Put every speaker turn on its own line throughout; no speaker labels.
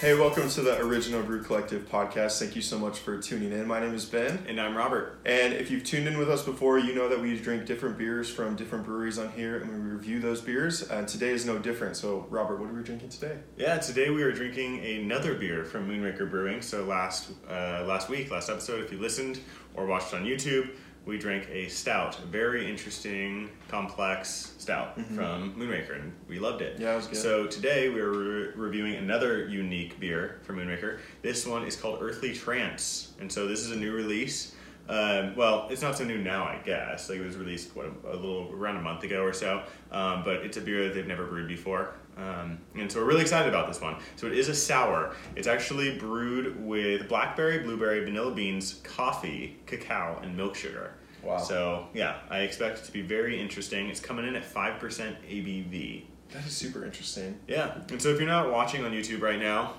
Hey, welcome to the Original Brew Collective podcast. Thank you so much for tuning in. My name is Ben.
And I'm Robert.
And if you've tuned in with us before, you know that we drink different beers from different breweries on here and we review those beers. And today is no different. So, Robert, what are we drinking today?
Yeah, today we are drinking another beer from Moonraker Brewing. So last uh, last week, last episode, if you listened or watched on YouTube, we drank a stout, a very interesting, complex stout from Moonraker, and we loved it.
Mm-hmm. Yeah, it was good.
So today we are re- reviewing another unique beer from Moonraker. This one is called Earthly Trance, and so this is a new release. Um, well, it's not so new now, I guess. Like it was released what a, a little around a month ago or so, um, but it's a beer that they've never brewed before. Um, and so we're really excited about this one. So it is a sour. It's actually brewed with blackberry, blueberry, vanilla beans, coffee, cacao, and milk sugar.
Wow.
So yeah, I expect it to be very interesting. It's coming in at five percent ABV.
That is super interesting.
Yeah. And so if you're not watching on YouTube right now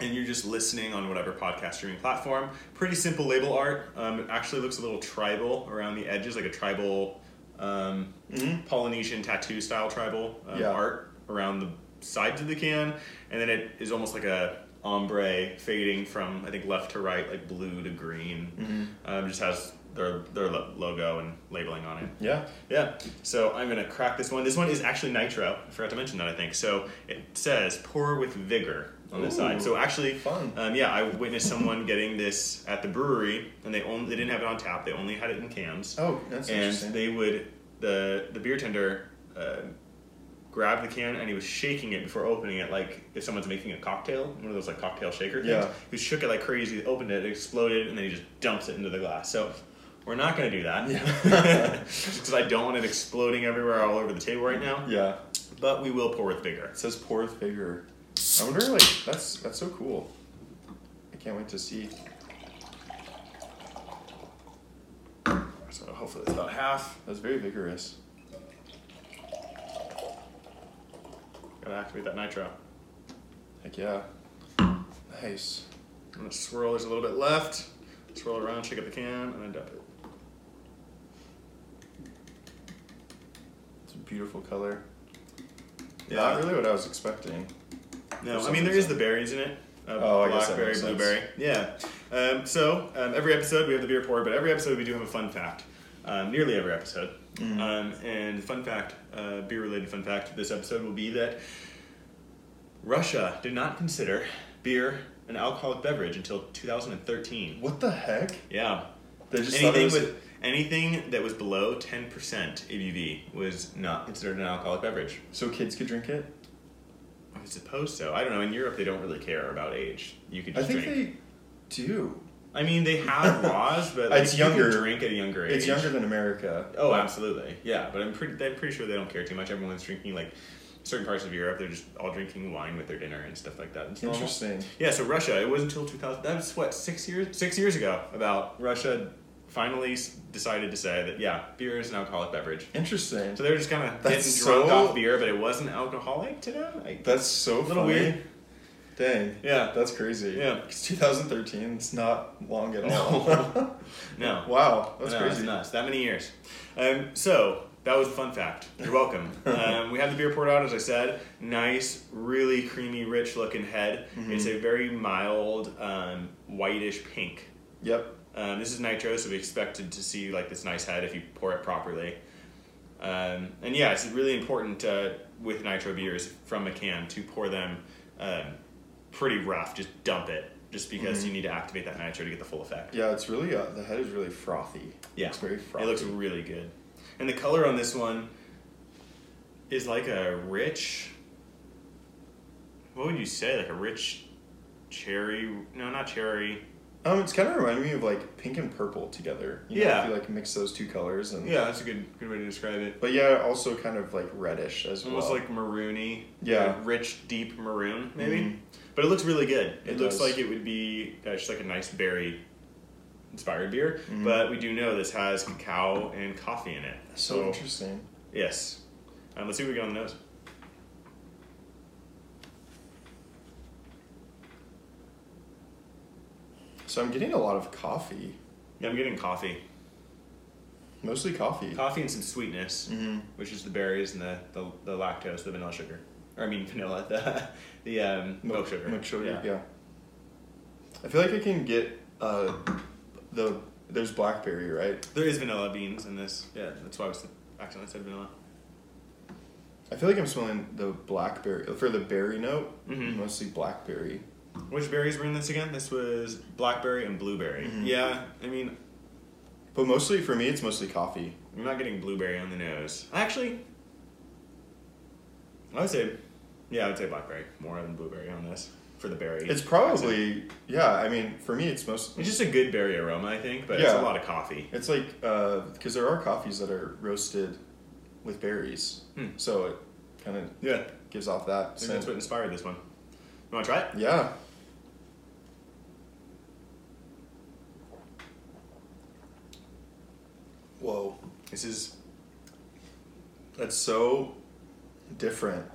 and you're just listening on whatever podcast streaming platform, pretty simple label art. Um, it actually looks a little tribal around the edges, like a tribal um, Polynesian tattoo style tribal um,
Yeah.
art around the sides of the can. And then it is almost like a ombre fading from, I think, left to right, like blue to green. Um, just has their, their lo- logo and labeling on it.
Yeah.
Yeah, so I'm gonna crack this one. This one is actually nitro. I forgot to mention that. I think so. It says pour with vigor on the
Ooh,
side. So actually,
fun.
Um, yeah, I witnessed someone getting this at the brewery, and they only they didn't have it on tap. They only had it in cans.
Oh, that's
and
interesting.
they would the the beer tender. Uh, grabbed the can and he was shaking it before opening it like if someone's making a cocktail one of those like cocktail shaker things
Yeah.
he shook it like crazy opened it it exploded and then he just dumps it into the glass so we're not going to do that
Yeah.
because I don't want it exploding everywhere all over the table right now.
yeah.
But we will pour with vigor.
It says pour with vigor. I wonder, like, that's that's so cool. I can't wait to see.
So hopefully it's about half.
That's very vigorous.
Gotta activate that nitro.
Heck yeah. Nice.
I'm gonna swirl. There's a little bit left. Swirl it around, shake up the can, and then dump it.
It's a beautiful color.
Yeah.
Not really what I was expecting.
No,
For
I
some
mean there is the
reason.
berries in it. Uh,
Oh, I guess that
blackberry,
makes sense.
blueberry. Yeah. Um, so um, every episode we have the beer pour, but every episode we do have a fun fact. Um, nearly every episode.
Mm.
Um, and fun fact, uh, beer related fun fact. This episode will be that Russia did not consider beer an alcoholic beverage until 2013.
What the heck?
Yeah.
They just thought it
anything
was-
with anything that was below 10% ABV was not considered an alcoholic beverage.
So kids could drink it?
I suppose so. I don't know. In Europe, they don't really care about age. You could
I
just
think
drink.
they do.
I mean, they have laws, but like,
It's
you can
younger.
drink at a younger age.
It's younger than America.
Oh, absolutely. Yeah, but I'm pretty. I'm pretty sure they don't care too much. Everyone's drinking like certain parts of Europe. They're just all drinking wine with their dinner and stuff like that. It's normal.
Interesting.
Yeah. So Russia. It wasn't until 2000. That was what six years. Six years ago. About Russia finally s- decided to say that yeah, beer is an alcoholic beverage.
Interesting.
So they're just kind of getting
That's
drunk
so-
off beer, but it wasn't alcoholic to them. I,
That's so
Little
funny.
weird.
Dang.
yeah.
That's crazy.
Yeah.
It's 2013. It's not long at all.
No. No.
wow. That's
No,
crazy.
It's nuts. That many years. Um, so that was a fun fact. You're welcome. um, we have the beer poured out, as I said. Nice, really creamy, rich looking head.
Mm-hmm.
It's a very mild, um, whitish pink.
Yep.
Um, this is nitro, so we expected to see like this nice head if you pour it properly. Um, and yeah, it's really important uh, with nitro beers from a can to pour them um, pretty rough. Just dump it, just
Mm-hmm.
because you need to activate that nitro to get the full effect.
Yeah, it's really, uh, the head is really frothy.
Yeah,
It's very frothy.
It looks really good, and the color on this one is like a rich. What would you say? Like a rich cherry? No, not cherry.
um, it's kind of reminding me of like pink and purple together. You know,
Yeah.
If you like mix those two colors. and
Yeah, that's a good good way to describe it.
But yeah, also kind of like reddish as
It's almost
well.
like maroony.
Yeah.
like rich, deep maroon, maybe.
Mhm.
Mm-hmm. But it looks really good. It,
It
looks
does.
like it would be uh, just like a nice berry inspired beer. But we do know this has cacao and coffee in it.
so interesting.
Yes. Um, let's see what we get on the nose.
So I'm getting a lot of coffee,
Yeah, I'm getting coffee.
mostly coffee.
Coffee and some sweetness,
Mm-hmm.
which is the berries and the, the, the lactose, the vanilla sugar. or I mean vanilla, the the um, milk sugar.
Milk sugar, yeah. I feel like I can get uh, the there's blackberry, right?
There is vanilla beans in this. Yeah, that's why I was accidentally said vanilla.
I feel like I'm smelling the blackberry for the berry note,
Mhm.
mostly blackberry.
Which berries were in this again? This was blackberry and blueberry.
Mhm.
Yeah, I mean,
But mostly for me, it's mostly coffee.
I'm not getting blueberry on the nose. Actually, I would say, yeah, I would say blackberry more than blueberry on this for the berry.
It's probably yeah. I mean, for me, it's most.
it's just a good berry aroma, I think, but it's a
Yeah.
lot of coffee.
It's like because there are coffees that are roasted with berries,
Hmm.
so it kind of
Yeah,
gives off that.
maybe that's
Scent.
what inspired this one. You want to try it?
Yeah,
Whoa, this is
that's so different.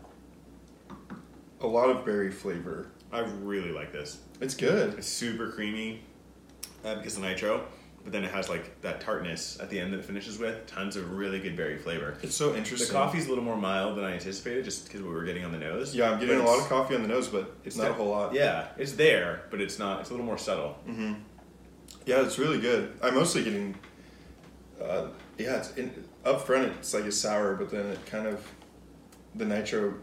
A lot of berry flavor.
I really like this.
It's good.
It's super creamy uh, because of the nitro, but then it has like that tartness at the end that it finishes with. Tons of really good berry flavor.
It's so
The
interesting.
coffee's a little more mild than I anticipated, just because we were getting on the nose.
Yeah, I'm getting
But
a lot
it's-
of coffee on the nose, but it's not a
there-
whole lot.
Yeah, it's there, but it's not. It's a little more subtle.
hmm Yeah, it's really good. I'm mostly getting, uh, yeah, it's in, up front. It's like a sour, but then it kind of, the nitro.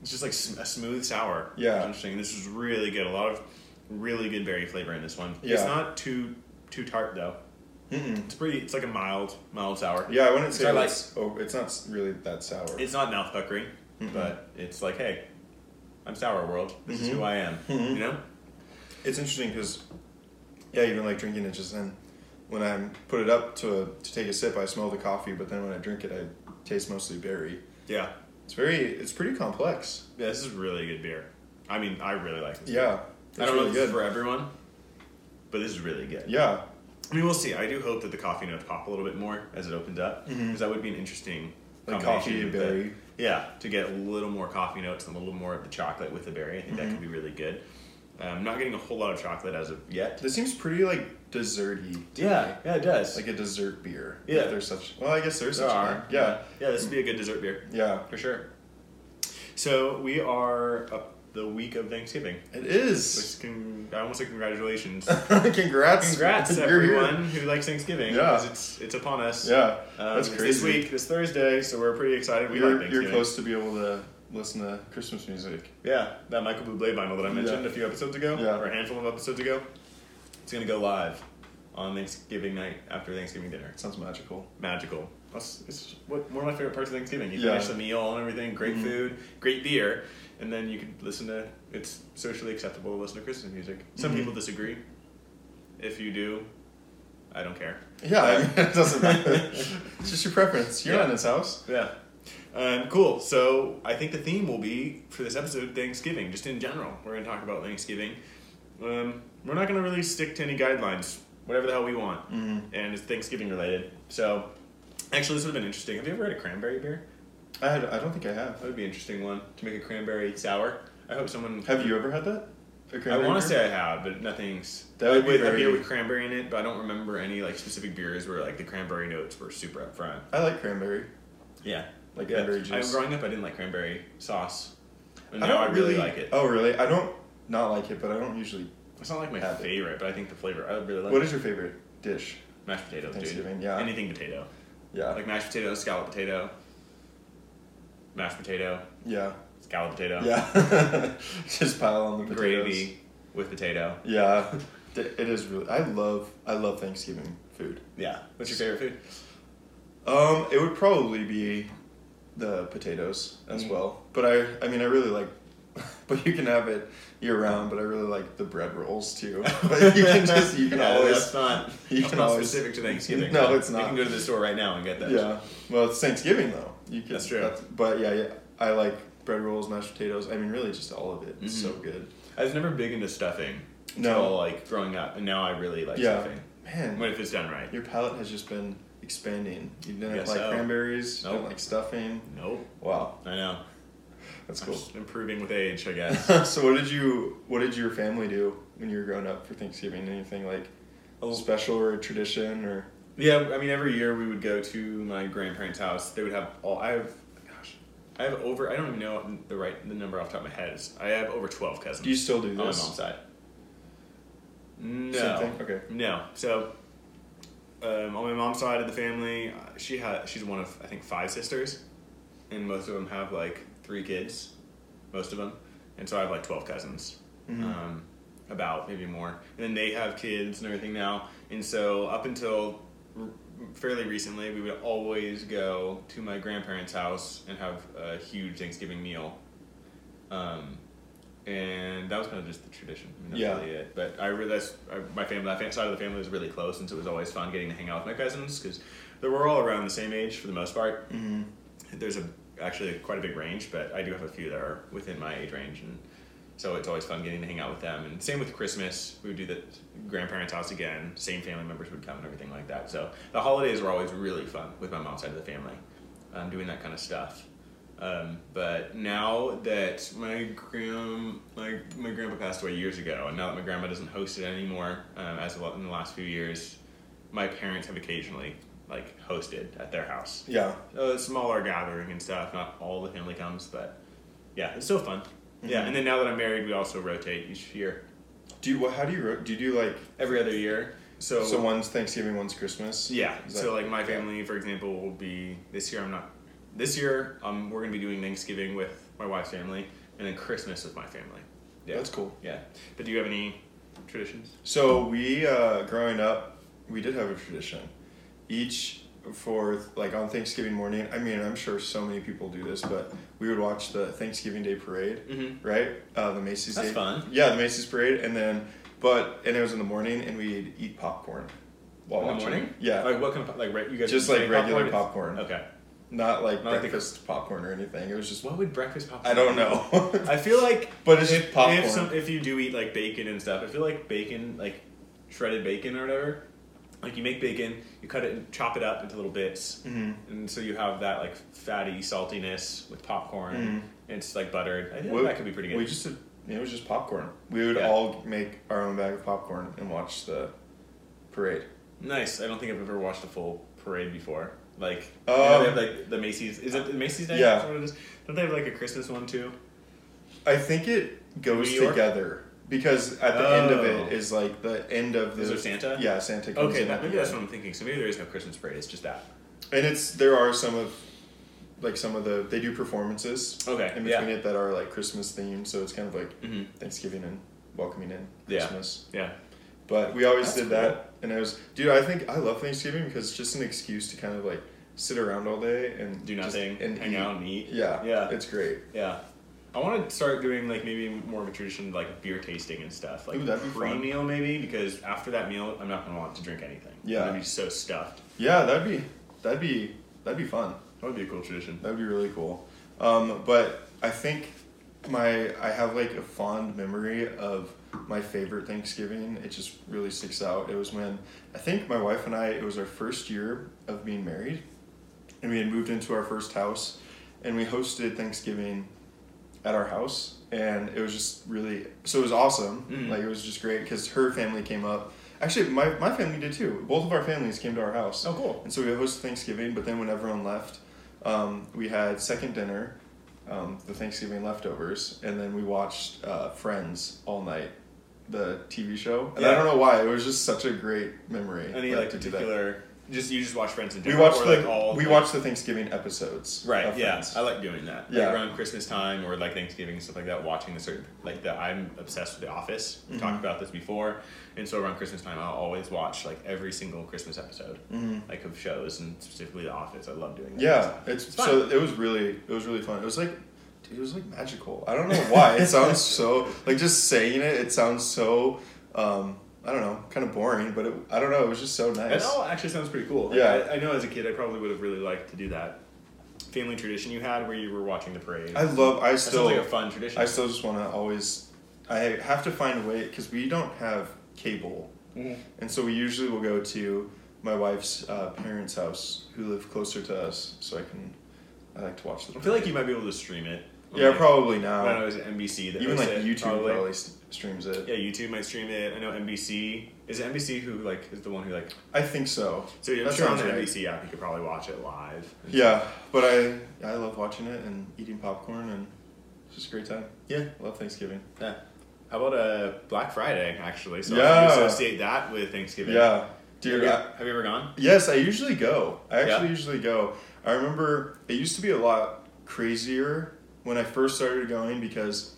It's just like sm- a smooth sour.
Yeah.
It's interesting. This is really good. A lot of really good berry flavor in this one. It's
Yeah.
not too too tart though.
Mm-mm.
It's pretty. It's like a mild mild sour.
Yeah, I wouldn't
Which
say
I like.
it's. Oh, it's not s- really that sour.
It's not mouth puckering,
Mm-mm.
but it's like, hey, I'm sour world. This is
Mhm.
who I am.
Mhm.
You know.
It's interesting because, yeah, even like drinking it just then, when I put it up to a, to take a sip, I smell the coffee, but then when I drink it, I taste mostly berry.
Yeah.
It's very. It's pretty complex.
Yeah. This is really good beer. I mean, I really like this.
Yeah, it's
I don't know
really
if this
good.
is for everyone, but this is really good.
yeah,
I mean, we'll see. I do hope that the coffee notes pop a little bit more as it opens up, because
Mhm.
that would be an interesting
like
combination
coffee and
with the-
berry.
yeah, to get a little more coffee notes and a little more of the chocolate with the berry. I think
Mm-hmm.
that could be really good. I'm not getting a whole lot of chocolate as of yet.
This seems pretty like desserty. to me.
Yeah, yeah, it does.
like a dessert beer.
Yeah.
If there's such. Well, I guess there's
There
such.
are.
thing. Yeah.
yeah. This would be a good dessert beer
Yeah.
for sure. So we are up the week of Thanksgiving.
It is.
Which can, I almost say congratulations.
Congrats.
Congrats
You're here.
everyone who likes Thanksgiving.
Yeah.
'cause it's it's upon us.
Yeah.
Um,
That's
it's
crazy.
This week, this Thursday, so we're pretty excited. We like
You're,
Thanksgiving.
you're close to be able to listen to Christmas music.
Yeah, that Michael Bublé vinyl that I mentioned
Yeah.
a few episodes ago,
Yeah.
or a handful of episodes ago. It's gonna go live on Thanksgiving night after Thanksgiving dinner.
It sounds magical.
Magical. That's it's what one of my favorite parts of Thanksgiving. You
Yeah.
finish the meal and everything, great
Mhm.
food, great beer, and then you can listen to. It's socially acceptable to listen to Christmas music. Some
Mhm.
people disagree. If you do, I don't care.
Yeah. I mean, it doesn't matter. it's just your preference. You're
Yeah.
not in this house.
Yeah. Um, cool. So I think the theme will be for this episode Thanksgiving, just in general. We're going to talk about Thanksgiving. Um, we're not going to really stick to any guidelines, whatever the hell we want.
Mm.
And it's Thanksgiving related. So actually, this would have been interesting. Have you ever had a cranberry beer?
I had, I don't think I have.
That would be an interesting one to make a cranberry sour. I hope someone.
Have you ever had that? A
I
cranberry
want to
beer?
say I have, but nothing's.
That would be
with a
very-
beer with cranberry in it, but I don't remember any like specific beers where like the cranberry notes were super up front.
I like cranberry.
Yeah,
Like
yeah.
cranberry
I,
juice.
growing up, I didn't like cranberry sauce. And
I
now I
don't
really, like it.
Oh, really? I don't not like it, but I don't usually.
It's not like my
Have it.
favorite, but I think the flavor I really like.
What is your favorite dish?
mashed potatoes, dude?
Thanksgiving, yeah.
Anything potato,
Yeah.
like mashed potato, scallop potato, mashed potato,
yeah.
scallop potato,
Yeah. Just pile on the potatoes.
gravy with potato.
Yeah. Th- It is really I love I love Thanksgiving food.
Yeah. What's your favorite food?
Um it would probably be the potatoes as
Mm.
well. But I I mean I really like but you can have it year round, but I really like the bread rolls too. But you can just you can
Yeah,
always
That's not.
you
that's
can
not
always-
specific to Thanksgiving.
No,
though.
it's
You
not.
can go to the store right now and get that.
Yeah. Well, it's Thanksgiving though. You can
That's true.
but yeah, yeah, I like bread rolls, mashed potatoes. I mean really just all of it.
Mm-hmm.
It's so good.
I was never big into stuffing.
No.
Until, like growing up, and now I really like
yeah.
stuffing.
Man.
What if it's done right?
Your palate has just been expanding. You didn't
Guess
like
so.
cranberries,
Nope.
didn't like stuffing.
Nope.
Wow,
I know.
that's
I'm
cool.
just improving with age, I guess.
so what did you what did your family do when you were growing up for Thanksgiving? Anything like
Oh.
special or a tradition or
yeah, I mean, every year we would go to my grandparents' house. They would have all. I have, gosh, I have over. I don't even know the right the number off the top of my head. It's- I have over twelve cousins.
Do you still do
on my
this?
mom's side. No.
thing? Okay.
No. So, um, on my mom's side of the family, uh, she had she's one of I think five sisters, and most of them have like three kids, most of them, and so I have like twelve cousins,
Mhm.
um, about maybe more, and then they have kids and everything now, and so up until r- fairly recently, we would always go to my grandparents' house and have a huge Thanksgiving meal. Um, and that was kind of just the tradition. I mean, that's
Yeah.
really it. But I realized I, my family, that fa- side of the family, was really close, and so it was always fun getting to hang out with my cousins because they were all around the same age for the most part.
Mhm.
There's a actually quite a big range, but I do have a few that are within my age range, and so it's always fun getting to hang out with them. And same with Christmas, we would do the grandparents' house again. Same family members would come and everything like that. So the holidays were always really fun with my mom's side of the family, um, doing that kind of stuff. Um, but now that my grand my, my grandpa passed away years ago, and now that my grandma doesn't host it anymore, um, as well in the last few years, my parents have occasionally like hosted at their house
Yeah.
a smaller gathering and stuff. Not all the family comes, but yeah, it's still fun. Yeah, and then now that I'm married, we also rotate each year,
Do you, what, how do you ro- do you do like
every other year. So,
so one's Thanksgiving, one's Christmas?
yeah,
Is
so
that-
like my family, for example, will be this year. I'm not this year. Um, we're gonna be doing Thanksgiving with my wife's family, and then Christmas with my family. Yeah,
That's cool.
Yeah, but do you have any traditions?
So we uh, growing up, we did have a tradition. Each for like on Thanksgiving morning. I mean, I'm sure so many people do this, but we would watch the Thanksgiving Day parade,
Mhm.
right? Uh, the Macy's
That's
Day.
fun.
Yeah, the Macy's parade, and then but and it was in the morning, and we'd eat popcorn while
In the
watching.
morning?
Yeah,
Like what kind of like re- you guys
Just like
make
regular popcorn.
Okay.
not like
Not like the-
breakfast popcorn or anything. It was just
What would breakfast
I
popcorn?
don't
be?
know.
I feel like,
But it's
if,
just popcorn.
If, some, if you do eat like bacon and stuff, I feel like bacon, like shredded bacon or whatever. Like you make bacon, you cut it and chop it up into little bits,
Mhm.
and so you have that like fatty saltiness with popcorn.
Mhm.
And it's like buttered. I think
We-
that could be pretty good.
We just did, it was just popcorn. We would
Yeah.
all make our own bag of popcorn and watch the parade.
nice. I don't think I've ever watched a full parade before. Like,
Um, uh,
you know, they have like the Macy's. Is it the Macy's Day?
Yeah.
That's what it is. Don't they have like a Christmas one too?
I think it goes
New York?
together because at the end of
Oh.
it is like the end of the
Is there Santa?
Yeah, Santa comes
Okay,
in.
that,
at the
maybe that's
end.
what I'm thinking. So maybe there is no Christmas parade. It's just that.
And it's there are some of like some of the they do performances
Okay,
in
yeah.
between it that are like Christmas themed, so it's kind of like
Mhm.
Thanksgiving and welcoming in
Yeah.
Christmas.
Yeah.
But we always
That's
did that, and I was dude. I think I love Thanksgiving because it's just an excuse to kind of like sit around all day and
do
just-
nothing
and
hang
eat.
out and eat.
Yeah,
Yeah.
it's great.
Yeah. I want to start doing like maybe more of a tradition like beer tasting and stuff, like
Ooh, that'd be fun.
pre-meal maybe because after that meal I'm not gonna want to drink anything.
Yeah.
i be so stuffed.
Yeah, that'd be that'd be that'd be fun.
That would be a cool tradition.
That'd be really cool. Um, but I think my I have like a fond memory of my favorite Thanksgiving. It just really sticks out. It was when I think my wife and I it was our first year of being married, and we had moved into our first house, and we hosted Thanksgiving at our house, and it was just really so it was awesome.
Mhm.
Like it was just great because her family came up. Actually, my, my family did too. Both of our families came to our house.
Oh, cool.
And so we hosted Thanksgiving, but then when everyone left, um, we had second dinner, um, the Thanksgiving leftovers, and then we watched uh, Friends all night, the TV show. And I
Yeah.
don't know why it was just such a great memory.
Any like
to do that.
particular? Just you just watch Friends and
We watched
or,
the
like all
we
like-
watched the Thanksgiving episodes.
Right.
of
Yeah.
Friends.
I like doing that.
Yeah.
Like around Christmas time or like Thanksgiving and stuff like that. Watching the certain like the I'm obsessed with The Office. We
Mm-hmm.
talked about this before, and so around Christmas time, I'll always watch like every single Christmas episode, like of shows and specifically The Office. I love doing that.
Mm-hmm. Yeah, it's,
It's fun.
so it was really it was really fun. It was like dude, it was like magical. I don't know why it sounds so like just saying it. It sounds so um, I don't know, kind of boring, but it, I don't know. It was just so
That
nice.
all actually sounds pretty cool. Like,
Yeah.
I, I know as a kid, I probably would have really liked to do that. Family tradition you had where you were watching the parade.
I love. I
that sounds
still
like a fun tradition.
I still just want to always. I have to find a way because we don't have cable,
Mhm.
and so we usually will go to my wife's uh, parents' house, who live closer to us, so I can. I like to watch the.
I feel like you might be able to stream it.
Yeah,
Like,
probably
I don't know,
now.
is it NBC that
Even
hosts
like
it,
YouTube
probably.
probably, s streams it.
Yeah, YouTube might stream it. I know NBC Is it NBC who like is the one who like?
I think so.
So I'm
That
sure on the
sounds right.
NBC app you could probably watch it live.
Yeah, but I I love watching it and eating popcorn and it's just a great time.
Yeah.
Love Thanksgiving.
Yeah. How about uh, Black Friday actually? So I
Yeah.
associate that with Thanksgiving.
Yeah,
Have
dude.
you,
I,
have you ever gone?
yes, I usually go. I actually
Yeah.
usually go. I remember it used to be a lot crazier when I first started going because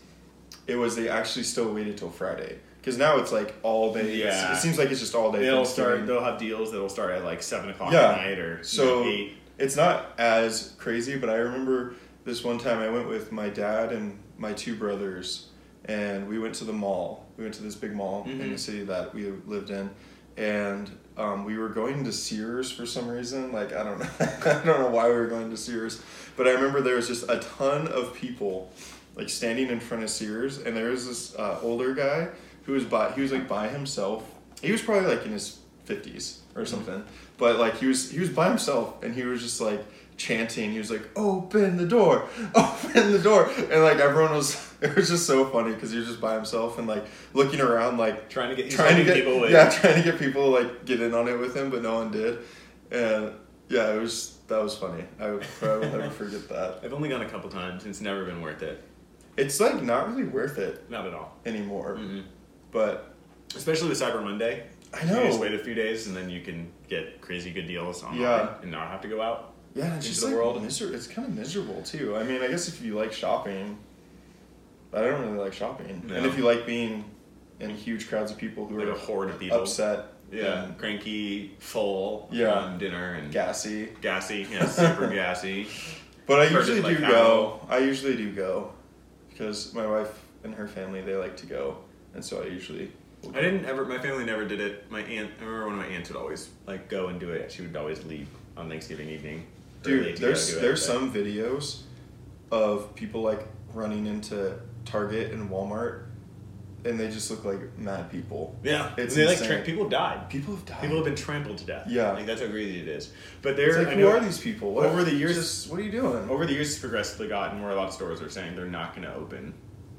it was they actually still waited till Friday. Because now it's like all day. it's-
Yeah.
It seems like it's just all day.
They'll
Thanksgiving.
start. They'll have deals that'll start at like seven o'clock
Yeah.
at night or
So-
you know, eight.
it's not as crazy, but I remember this one time I went with my dad and my two brothers, and we went to the mall. We went to this big mall in the
Mhm.
city that we lived in, and um, we were going to Sears for some reason. Like I don't know, I don't know why we were going to Sears, but I remember there was just a ton of people, like standing in front of Sears, and there was this uh, older guy who was by he was like by himself. He was probably like in his fifties or something, but like he was he was by himself, and he was just like chanting. He was like, "Open the door, open the door," and like everyone was. It was just so funny because he was just by himself and like looking around, like
Trying to get he's
trying to get
people. in.
yeah, trying to get people like get in on it with him, but no one did, and yeah, it was that was funny. I would probably never forget that.
I've only gone a couple times. and It's never been worth it.
It's like not really worth it
Not at all.
anymore,
Mm-mm.
but
Especially with Cyber Monday.
I
You just
know,
wait a few days and then you can get crazy good deals online
Yeah.
and not have to go out.
yeah, it's
into
just
the
like
world.
miser- It's kind of miserable too. I mean, I guess if you like shopping, I don't really like shopping, and
No.
if you like being in huge crowds of people who
Like
are
a horde of people.
upset,
Yeah.
and
Cranky, full,
Yeah.
um, dinner and
gassy.
gassy. Yeah, super gassy.
But I
Or just,
usually
like,
do
out.
go. I usually do go because my wife and her family they like to go, and so I usually. will
I
go.
didn't ever. My family never did it. My aunt. I remember one of my aunts would always like go and do it. She would always leave on Thanksgiving evening. early
Dude,
to go
there's
do it,
there's
but-
some videos of people like running into Target and Walmart, and they just look like mad people.
Yeah,
It's
it's they, like
insane.
tra- people died.
People have died.
People have been trampled to death.
Yeah.
like that's how crazy it is. But there,
It's like,
I
who
know-
are these people? What,
over the years-
just- what are you doing?
Over the years, it's progressively gotten where a lot of stores are saying they're not going to open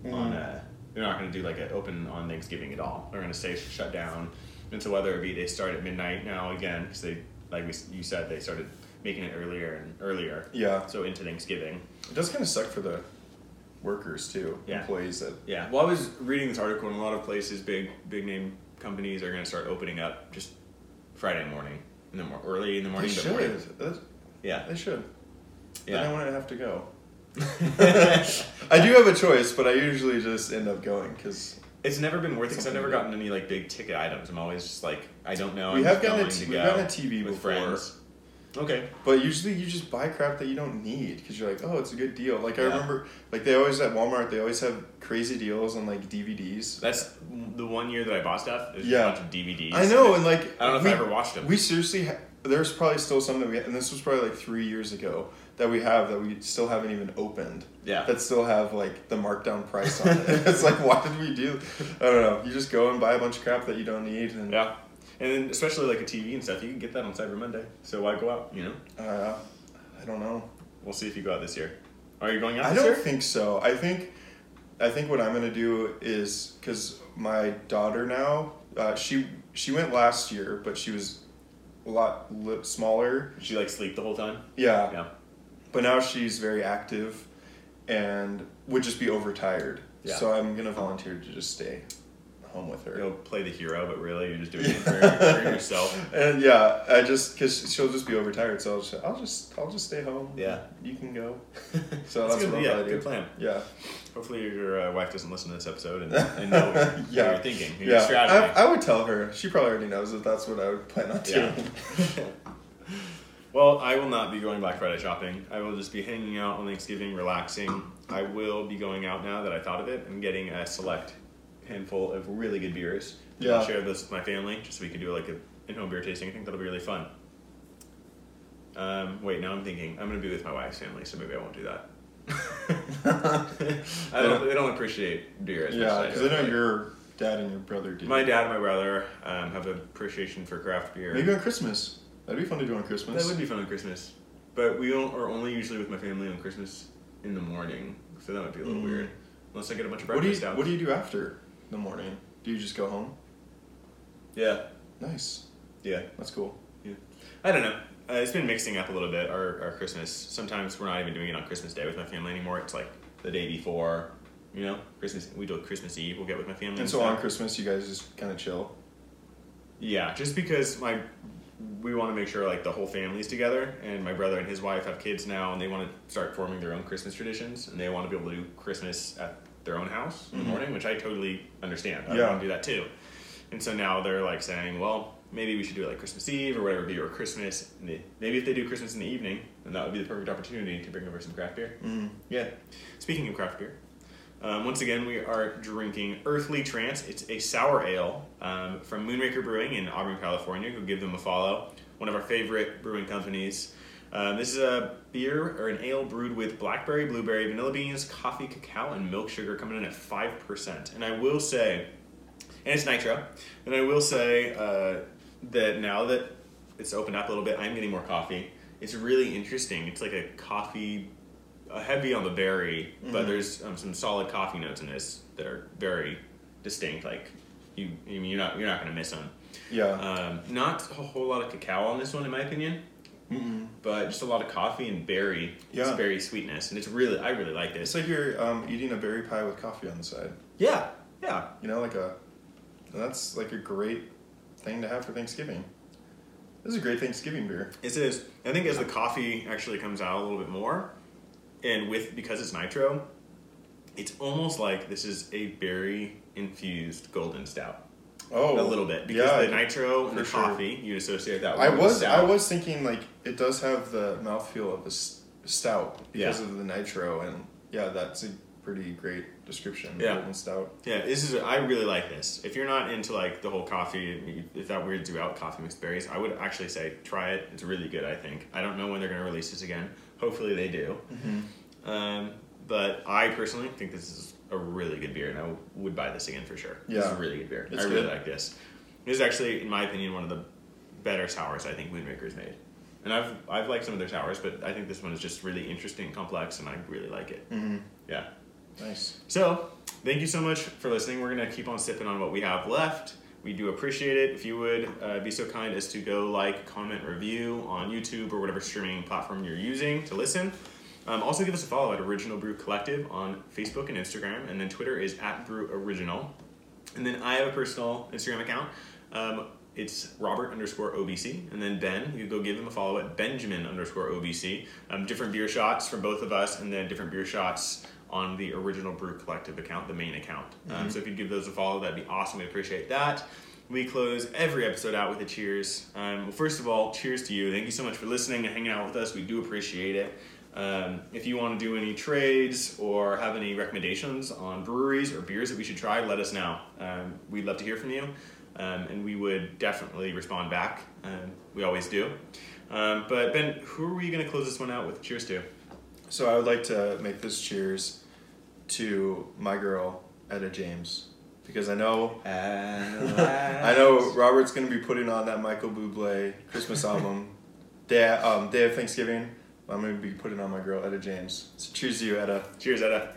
on.
Mm.
uh they're not going to do like an open on Thanksgiving at all. They're going to stay shut down. And so whether it be they start at midnight now again because they, like we, s- you said, they started making it earlier and earlier.
yeah,
So into Thanksgiving.
it does kind of suck for the workers too,
Yeah.
employees that.
Yeah. Well, I was reading this article, and a lot of places, big big name companies, are going to start opening up just Friday morning, in the mor- early in the
They
morning. but morning.
should. That's-
Yeah.
They should.
Yeah.
Then I wouldn't have to go. I do have a choice, but I usually just end up going because
It's never been worth it because I've
Something
never
to do.
gotten any like big ticket items. I'm always just like, I don't know.
we
I'm
have
Oh, just
gotten a
going
t-
to
we've
go
gotten a TV
with
before.
friends. Okay.
But usually, you just buy crap that you don't need because you're like, oh, it's a good deal. Like I
Yeah.
remember, like they always at Walmart, they always have crazy deals on like DVDs.
That's the one year that I bought stuff. There's
Yeah.
a bunch of DVDs.
I know, and like
I don't know if
we,
I ever watched them.
We seriously, ha- there's probably still some that we, and this was probably like three years ago that we have that we still haven't even opened.
yeah.
that still have like the markdown price on it. it's like, why did we do? I don't know. You just go and buy a bunch of crap that you don't need, and
yeah. And then especially like a TV and stuff, you can get that on Cyber Monday. So why go out? You know.
uh, I don't know.
We'll see if you go out this year. Are you going out
I
this
don't
year?
think so. I think, I think what I'm gonna do is because my daughter now, uh, she she went last year, but she was a lot li- smaller.
Did she like sleep the whole time?
Yeah,
Yeah.
but now she's very active, and would just be overtired.
Yeah.
So I'm gonna volunteer to just stay home with her.
You'll play the hero, but really you're just doing it for, for yourself.
And yeah, I just because she'll just be overtired, so I'll just I'll just I'll just stay home.
Yeah.
you can go.
a
So that's
good,
what I'll
yeah,
probably
good
do.
plan.
Yeah,
Hopefully your uh, wife doesn't listen to this episode and, and know what
Yeah.
you're thinking, your
yeah.
strategy.
I, I would tell her. She probably already knows that that's what I would plan on doing.
Yeah. well, I will not be going Black Friday shopping. I will just be hanging out on Thanksgiving, relaxing. I will be going out now that I thought of it and getting a select handful of really good beers. And I'll
Yeah.
share this with my family just so we can do like a in-home beer tasting. I think that'll be really fun. Um, wait, now I'm thinking I'm gonna be with my wife's family, so maybe I won't do that. I don't, they don't appreciate beer as much.
Yeah,
as
because
do,
I know
but-
your dad and your brother do.
My dad and my brother um, have an appreciation for craft beer.
Maybe on Christmas. That'd be fun to do on Christmas.
That would be fun on Christmas, but we don't, are only usually with my family on Christmas in the morning, so that would be a little
Mm.
weird. Unless I get a bunch of
what do you
breakfast out.
What do you do after the morning? Do you just go home?
Yeah.
Nice.
Yeah.
That's cool.
I don't know. Uh, it's been mixing up a little bit our, our Christmas. Sometimes we're not even doing it on Christmas Day with my family anymore. It's like the day before, you know, Christmas. We do it Christmas Eve. We'll get with my family.
And so on
stuff.
Christmas, you guys just kind of chill.
Yeah, just because my we want to make sure like the whole family's together, and my brother and his wife have kids now, and they want to start forming their own Christmas traditions, and they want to be able to do Christmas at their own house in the
Mhm.
morning, which I totally understand. I
Yeah.
want to do that too, and so now they're like saying, well, maybe we should do it like Christmas Eve or whatever, be or Christmas. in the- Maybe if they do Christmas in the evening, then that would be the perfect opportunity to bring over some craft beer.
Mm.
Yeah. Speaking of craft beer, um, once again we are drinking Earthly Trance. It's a sour ale um, from Moonraker Brewing in Auburn, California. Go give them a follow. One of our favorite brewing companies. Um, this is a beer or an ale brewed with blackberry, blueberry, vanilla beans, coffee, cacao, and milk sugar, coming in at five percent. And I will say, and it's nitro. And I will say uh, that now that it's opened up a little bit, I'm getting more coffee. It's really interesting. It's like a coffee, uh, heavy on the berry, but
Mhm.
there's um, some solid coffee notes in this that are very distinct. Like you, you mean, you're not you're not gonna miss them.
Yeah.
Um, not a whole lot of cacao on this one, in my opinion,
Mm-mm.
but just a lot of coffee and berry. It's
Yeah.
berry sweetness, and it's really I really like
It's
this.
like you're um, eating a berry pie with coffee on the side.
Yeah, yeah,
You know, like a. and That's like a great thing to have for Thanksgiving. This is a great Thanksgiving beer.
It is. I think as the coffee actually comes out a little bit more, and with because it's nitro, it's almost like this is a berry infused golden stout.
Oh,
a little bit because
yeah,
the nitro and
for
the
sure.
coffee you associate that.
I
with
was
stout.
I was thinking like it does have the mouthfeel of a s- stout because
Yeah.
of the nitro and yeah that's a pretty great description.
Yeah.
golden stout.
Yeah, this is. I really like this. If you're not into like the whole coffee, if that weirds you out, coffee mixed berries, I would actually say try it. It's really good. I think. I don't know when they're going to release this again. Hopefully they do.
Mm-hmm.
Um, but I personally think this is a really good beer, and I would buy this again for sure. this is
Yeah.
a really good beer.
It's
I really
good.
like this. This is actually, in my opinion, one of the better sours I think Moonraker's made. And I've I've liked some of their sours, but I think this one is just really interesting, and complex, and I really like it.
Mm-hmm.
Yeah.
Nice.
So, thank you so much for listening. We're going to keep on sipping on what we have left. We do appreciate it. If you would uh, be so kind as to go like, comment, review on YouTube or whatever streaming platform you're using to listen. Um, also, give us a follow at Original Brew Collective on Facebook and Instagram, and then Twitter is at Brew Original. And then I have a personal Instagram account. Um, it's Robert underscore OBC. And then Ben, you go give him a follow at Benjamin underscore OBC. Um, different beer shots from both of us, and then different beer shots on the original Brew Collective account, the main account. Um, so if you'd give those a follow, that'd be awesome. We appreciate that. We close every episode out with a cheers. Um, well, first of all, cheers to you. Thank you so much for listening and hanging out with us. We do appreciate it. Um, if you want to do any trades or have any recommendations on breweries or beers that we should try, let us know. Um, we'd love to hear from you, um, and we would definitely respond back. Um, we always do. Um, but Ben, who are we going to close this one out with? Cheers to.
So I would like to make this cheers to my girl Etta James because I know I know Robert's gonna be putting on that Michael Bublé Christmas album day um, day of Thanksgiving. I'm gonna be putting on my girl Etta James. So cheers to you, Etta.
Cheers, Etta.